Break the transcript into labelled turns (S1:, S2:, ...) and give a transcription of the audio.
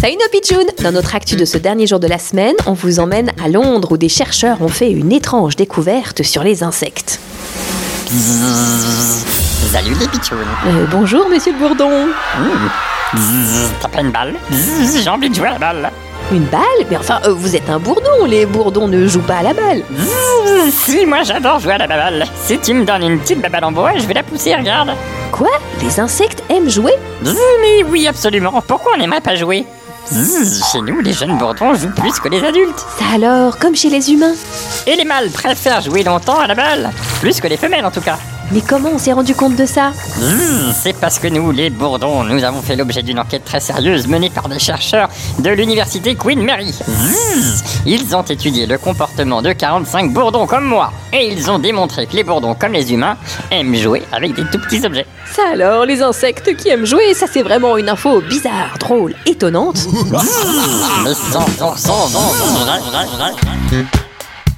S1: Salut nos pitchounes Dans notre actu de ce dernier jour de la semaine, on vous emmène à Londres où des chercheurs ont fait une étrange découverte sur les insectes.
S2: Salut les pitchounes
S1: Euh, bonjour Monsieur Bourdon
S2: Mmh. Zzz, T'as pas une balle Zzz, J'ai envie de jouer à la balle
S1: Une balle Mais enfin, euh, vous êtes un bourdon, les bourdons ne jouent pas à la balle
S2: Zzz, Si, moi j'adore jouer à la balle Si tu me donnes une petite balle en bois, je vais la pousser, regarde
S1: Quoi Les insectes aiment jouer
S2: Zzz, Mais oui, absolument Pourquoi on n'aimerait pas jouer Zzz, Chez nous, les jeunes bourdons jouent plus que les adultes
S1: Ça alors, comme chez les humains
S2: Et les mâles préfèrent jouer longtemps à la balle Plus que les femelles en tout cas
S1: Mais comment on s'est rendu compte de ça
S2: Zzz, Hmm, C'est parce que nous, les bourdons, nous avons fait l'objet d'une enquête très sérieuse menée par des chercheurs de l'université Queen Mary. Zzz, Ils ont étudié le comportement de 45 bourdons comme moi, et ils ont démontré que les bourdons, comme les humains, aiment jouer avec des tout petits objets.
S1: Ça alors, les insectes qui aiment jouer, ça c'est vraiment une info bizarre, drôle, étonnante
S2: Zzz, Mais sans, sans, sans, sans, sans, sans, sans, sans, sans.